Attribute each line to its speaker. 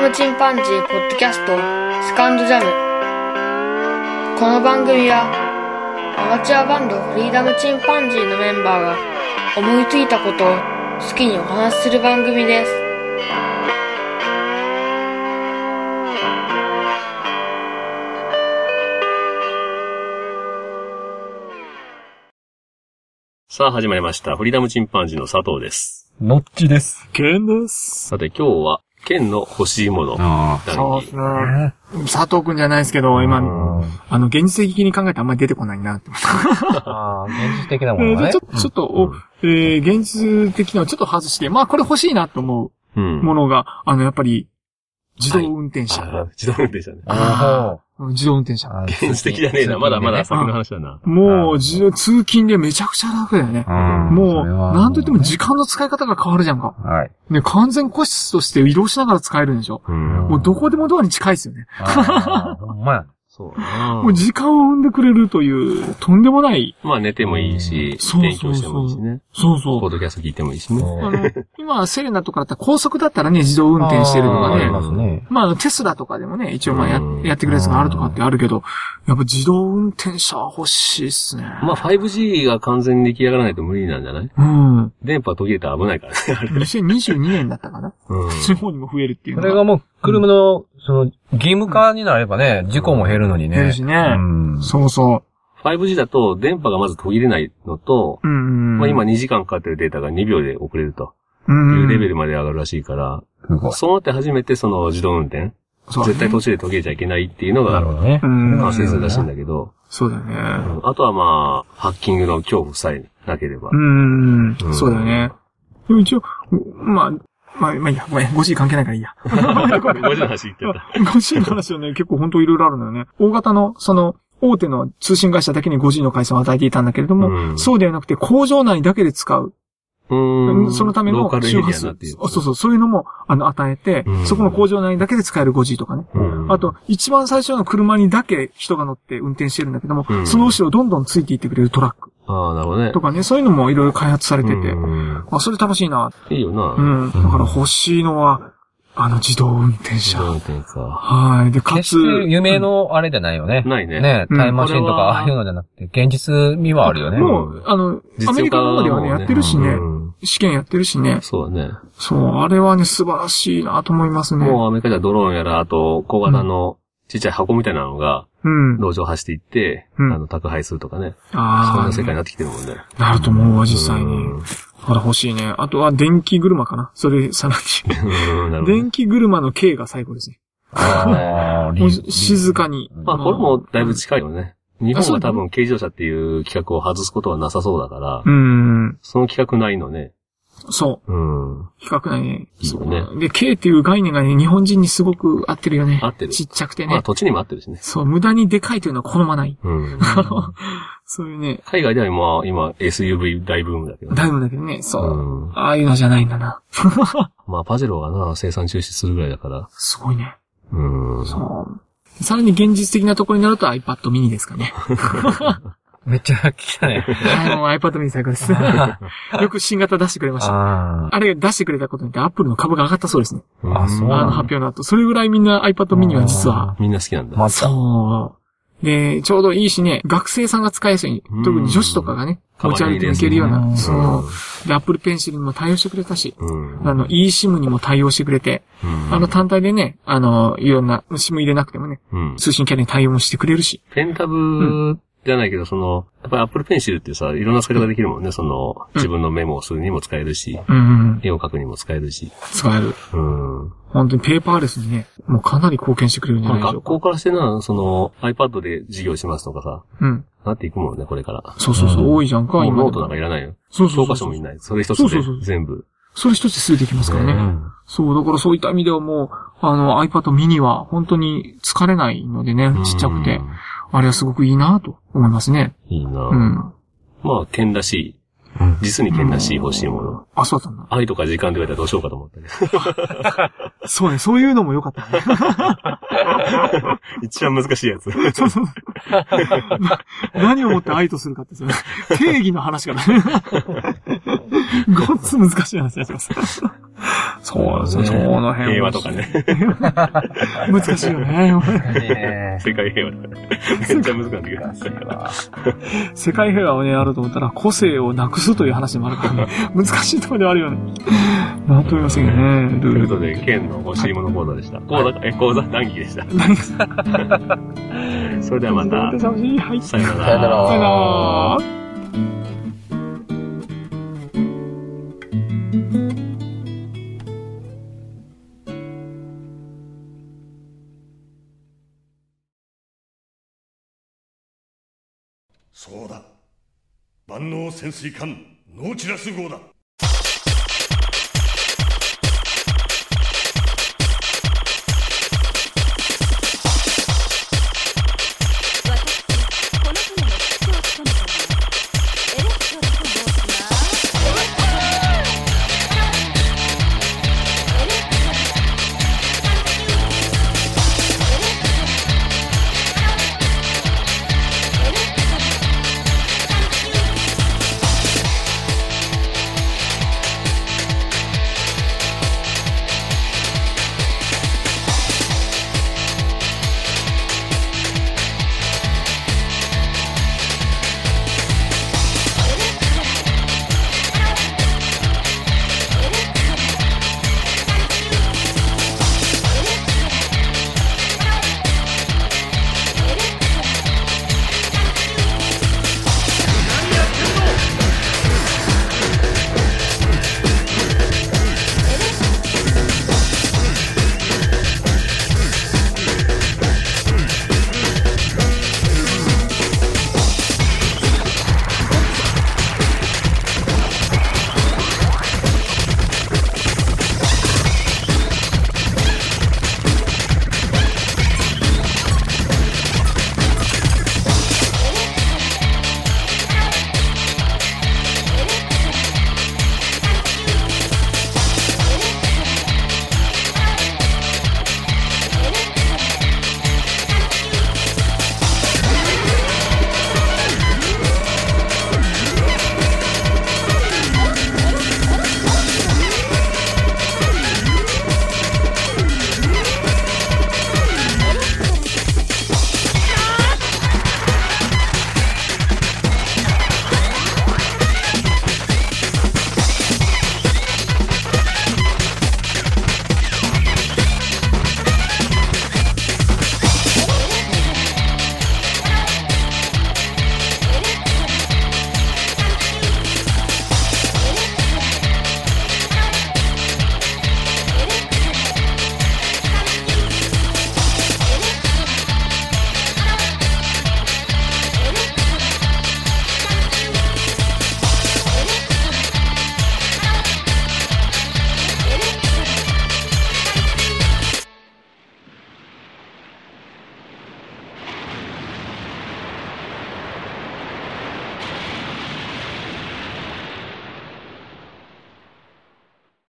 Speaker 1: ムチンパンジーポッドキャストスカンドジャムこの番組はアマチュアバンドフリーダムチンパンジーのメンバーが思いついたことを好きにお話しする番組です
Speaker 2: さあ始まりました。フリーダムチンパンジーの佐藤です。
Speaker 3: ノッチです。
Speaker 4: ケンです。
Speaker 2: さて今日は、県の欲しいもの。
Speaker 3: あ
Speaker 4: そうですね。
Speaker 3: あ。
Speaker 4: 佐藤くんじゃないですけど、今、
Speaker 3: あ
Speaker 4: あの、現実的に考えてあんまり出てこないなって。
Speaker 3: あ、現実的なもの
Speaker 4: えー
Speaker 3: が
Speaker 4: で
Speaker 3: ね
Speaker 4: ちょ。っと、ちょっと、おえー現実的なのをちょっと外して、まあこれ欲しいなと思
Speaker 2: うん。
Speaker 4: うものが、あの、やっぱり、自動運転車。
Speaker 2: あ自動運転車ね。
Speaker 3: あ
Speaker 4: うん自動運転車。
Speaker 3: あ。
Speaker 2: 現実的じゃねえな。まだまだ
Speaker 3: う
Speaker 2: 先の話だな。
Speaker 4: もう、
Speaker 3: うん
Speaker 4: 自動、通勤でめちゃくちゃ楽だよね。
Speaker 3: ん。
Speaker 4: も、
Speaker 3: そうれは
Speaker 4: なんといっても時間の使い方が変わるじゃんか。
Speaker 3: はい。
Speaker 4: ね、完全個室として移動しながら使えるんでしょ。
Speaker 2: うん。
Speaker 4: もうどこでもドアに近いですよね。
Speaker 3: ああほんまや。
Speaker 2: そうな
Speaker 4: もう時間を生んでくれるという、とんでもない。
Speaker 2: まあ寝てもいいし、
Speaker 4: そうそうそう
Speaker 2: 勉強してもいいしね。
Speaker 4: そうそ
Speaker 2: ポッドキャスト聞いてもいいしね。
Speaker 4: あの、今、セレナとかだったら高速だったらね、自動運転してると
Speaker 2: のが
Speaker 4: か
Speaker 3: あーあ
Speaker 4: ね
Speaker 3: り。ますね。
Speaker 4: まあ、テスラとかでもね、一応まあや
Speaker 2: うん
Speaker 4: やってくれるやつがあるとかってあるけど、やっぱ自動運転車欲しいっすね。
Speaker 2: まあ 5G が完全に出来上がらないと無理なんじゃない
Speaker 4: うん。
Speaker 2: 電波途切れたら危ないからね。あれ
Speaker 4: 2022年だったかな
Speaker 2: うん。
Speaker 4: 地方にも増えるっていう
Speaker 3: そ
Speaker 4: の
Speaker 3: れ
Speaker 4: が。
Speaker 3: がもう、車の、その、義務化になればね、事故も減るのにね。
Speaker 4: 減るしね
Speaker 3: うん。
Speaker 4: そうそ
Speaker 2: 5G だと電波がまず途切れないのと、
Speaker 4: う。うん。
Speaker 2: まあ今、2時間かかってるデータが2秒で遅れると
Speaker 4: う
Speaker 2: いうレベ
Speaker 4: ん。
Speaker 2: ルまで上がるらしいから、
Speaker 3: すごい。
Speaker 2: そうなって初めてその自動運転、
Speaker 4: そうだね
Speaker 2: 絶対途中で途切れちゃいけないっていうのが、
Speaker 3: ほどね
Speaker 4: う
Speaker 2: ま
Speaker 4: ん
Speaker 2: あ。先生らしいんだけど、
Speaker 4: そうだ
Speaker 2: う
Speaker 4: ね。
Speaker 2: んあとはまあ、ハッキングの恐怖さえなければ
Speaker 4: う。ん
Speaker 2: う。ん
Speaker 4: そうだね。でも一応、まあ、まあ、まあいいや、ごめん、5時関係な いからいいや。
Speaker 2: 5時の話言ってた。
Speaker 4: 5G の話はね、結構本当いろいろあるのよね。大型の、その、大手の通信会社だけに 5G の回線を与えていたんだけれども、
Speaker 2: うん
Speaker 4: そうではなくて工場内だけで使う。
Speaker 2: うーん。
Speaker 4: そのため
Speaker 2: ロ
Speaker 4: の
Speaker 2: ーカルエリ
Speaker 4: 周
Speaker 2: ア
Speaker 4: 波
Speaker 2: に
Speaker 4: 数。
Speaker 2: なっている。
Speaker 4: そうそう、そういうのも、あの、与えて、
Speaker 2: うん
Speaker 4: そこの工場内だけで使える 5G とかね。
Speaker 2: うん
Speaker 4: あと、一番最初の車にだけ人が乗って運転してるんだけども、
Speaker 2: うん
Speaker 4: その後ろどんどんついていってくれるトラック
Speaker 2: ああ、なるほどね。
Speaker 4: とかね、そういうのもいろいろ開発されてて、
Speaker 2: うん
Speaker 4: あ、それ楽しいな。
Speaker 2: いいよ
Speaker 4: う
Speaker 2: な。
Speaker 4: ん。だから欲しいのは、あの自動運転
Speaker 2: 自
Speaker 4: 車。
Speaker 2: 動運転か。
Speaker 4: はい。で、か
Speaker 3: 決し
Speaker 4: つ、
Speaker 3: て夢のあれじゃないよね。
Speaker 2: ないね。
Speaker 3: ね
Speaker 4: うん
Speaker 3: タイムマシンと
Speaker 2: これ
Speaker 3: か
Speaker 2: は
Speaker 3: ああいうのじゃなくて、現実味はあるよね。
Speaker 4: もう、あの、アメリカの方ではね、やってるしね、
Speaker 2: うん
Speaker 4: 試験やってるしね、
Speaker 2: そうだね。
Speaker 4: そう、あれはね、素晴らしいなと思いますね。
Speaker 2: もうアメリカではドローンやら、あと、小型のちっちゃい箱みたいなのが、
Speaker 4: うん。
Speaker 2: 路上走っていって、
Speaker 4: うん
Speaker 2: あの、宅配するとかね。そん
Speaker 4: あ
Speaker 2: な
Speaker 4: あ、
Speaker 2: 世界になってきてるもんね。
Speaker 4: なると思うわ、実際
Speaker 2: う
Speaker 4: に。
Speaker 2: ん
Speaker 4: あれ欲しいね。あとは、電気車かな。それ、さら
Speaker 2: う
Speaker 4: に。
Speaker 2: んなるほどね。
Speaker 4: 電気車の K が最高ですね。
Speaker 3: ああ、
Speaker 4: もう静かに。
Speaker 2: まあ、これもだいぶ近いよね。日
Speaker 4: あ
Speaker 2: 本
Speaker 4: そう
Speaker 2: は
Speaker 4: だ
Speaker 2: 多
Speaker 4: ね
Speaker 2: 分軽自動車っていう企画を外すことはなさそうだから、
Speaker 4: うん。
Speaker 2: その企画ないのね。
Speaker 4: そ
Speaker 2: うん。
Speaker 4: う。比較内ね。
Speaker 2: いいよね。
Speaker 4: で、K っていう概念がね、日本人にすごく合ってるよね。
Speaker 2: 合ってる
Speaker 4: ちっちゃくて
Speaker 2: まあ、
Speaker 4: ね。
Speaker 2: 土地にも合ってるしね。
Speaker 4: そう、無駄にでかいというのは好まない。
Speaker 2: うん。
Speaker 4: あの、 そういうね、
Speaker 2: 海外では今、今 SUV 大ブームだけどね。
Speaker 4: だいぶだけどね、そう。
Speaker 2: うん。
Speaker 4: ああいうのじゃないんだな。
Speaker 2: まあ、パジェロがな、生産中止するぐらいだから。
Speaker 4: すごいね。
Speaker 2: うん。
Speaker 4: そう。さらに現実的なところになると iPad mini ですかね。
Speaker 3: めっちゃ聞かない。
Speaker 4: はい、もう iPad mini 最高です。よく新型出してくれました。
Speaker 3: あ
Speaker 4: あれ出してくれたことによって Apple の株が上がったそうですね。
Speaker 2: うん
Speaker 3: あそう
Speaker 4: あの発表の後。それぐらいみんな iPad mini は実は。
Speaker 2: みんな好きなん
Speaker 3: あ。
Speaker 2: だ。
Speaker 3: また。
Speaker 4: そう。で、ちょうどいいしね、学生さんが使いやすい。
Speaker 2: うん
Speaker 4: 特に女子とかがね、持ち歩いていけるよう
Speaker 3: 可愛い
Speaker 4: な。
Speaker 3: です
Speaker 2: ね
Speaker 4: そう。で、Apple Pencil にも対応してくれたし、
Speaker 2: うん。
Speaker 4: あの、eSIM にも対応してくれて、
Speaker 2: うん
Speaker 4: あの、単体でね、あの、いろんな SIM 入れなくてもね、
Speaker 2: うん。
Speaker 4: 通信キャリアに対応もしてくれるし。
Speaker 2: ペンタブじゃないけど、その、やっぱり Apple Pencil ってさ、いろんな使い方できるもんね。その、自分のメモをするにも使えるし、
Speaker 4: うん、
Speaker 2: 絵を描くにも使えるし。
Speaker 4: 使える。
Speaker 2: うん。
Speaker 4: 本当にペーパーレスにね、もうかなり貢献してくれるんじゃ
Speaker 2: まあ
Speaker 4: ないでしょ
Speaker 2: 学
Speaker 4: うか。
Speaker 2: 校からしてな、その、iPad で授業しますとかさ、
Speaker 4: うん。
Speaker 2: なっていくもんね、これから。
Speaker 4: そうそうそう、
Speaker 3: うん
Speaker 4: 多いじゃんか、
Speaker 2: もう
Speaker 4: 今。
Speaker 2: ノートなんかいらないよ。
Speaker 4: そうそう
Speaker 2: 教
Speaker 4: そ
Speaker 2: 科書
Speaker 4: うそ
Speaker 2: も
Speaker 4: う
Speaker 2: い。ない。それ一つ
Speaker 4: そうそ
Speaker 2: で
Speaker 4: うそう
Speaker 2: 全部。
Speaker 4: それ一つ数できますからね。
Speaker 2: うん
Speaker 4: そう、だからそういった意味ではもう、あの、iPad mini は本当に疲れないのでね、ちっちゃくて
Speaker 2: う。ん
Speaker 4: あれはすごくいいなと思いますね。
Speaker 2: いいな、
Speaker 4: うん。
Speaker 2: まあ、剣らしい。実に剣らしい欲しいもの。
Speaker 4: あ、そうだったんだ。
Speaker 2: 愛とか時間って言われたらどうしようかと思ったけど。
Speaker 4: そうね、そういうのも良かったね。
Speaker 2: 一番難しいやつ。
Speaker 4: 何をもって愛とするかって、そ れ定義の話からね。ごっつ難しい話がします。そうなんですよ。その辺は
Speaker 2: 平和とか。ね。
Speaker 4: 難しいよね。
Speaker 3: ね
Speaker 2: 世界平和とか。めっちゃ難しいけど。
Speaker 3: え。わ
Speaker 4: 世界平和をね、やろうと思ったら、個性をなくすという話もあるからね。難しいところではあるよね。なんとも言いませんよね、
Speaker 2: と
Speaker 4: ル
Speaker 2: い
Speaker 4: ー
Speaker 2: う
Speaker 4: ル
Speaker 2: こと
Speaker 4: と。
Speaker 2: で、県の欲しいもの講座でした。講座、え、講座、談義で した。それではまた、
Speaker 4: 寂しい。はい。さ
Speaker 2: さような
Speaker 3: さよな
Speaker 2: ら
Speaker 3: ら。
Speaker 4: よなら。
Speaker 5: そうだ万能潜水艦ノーチラス号だ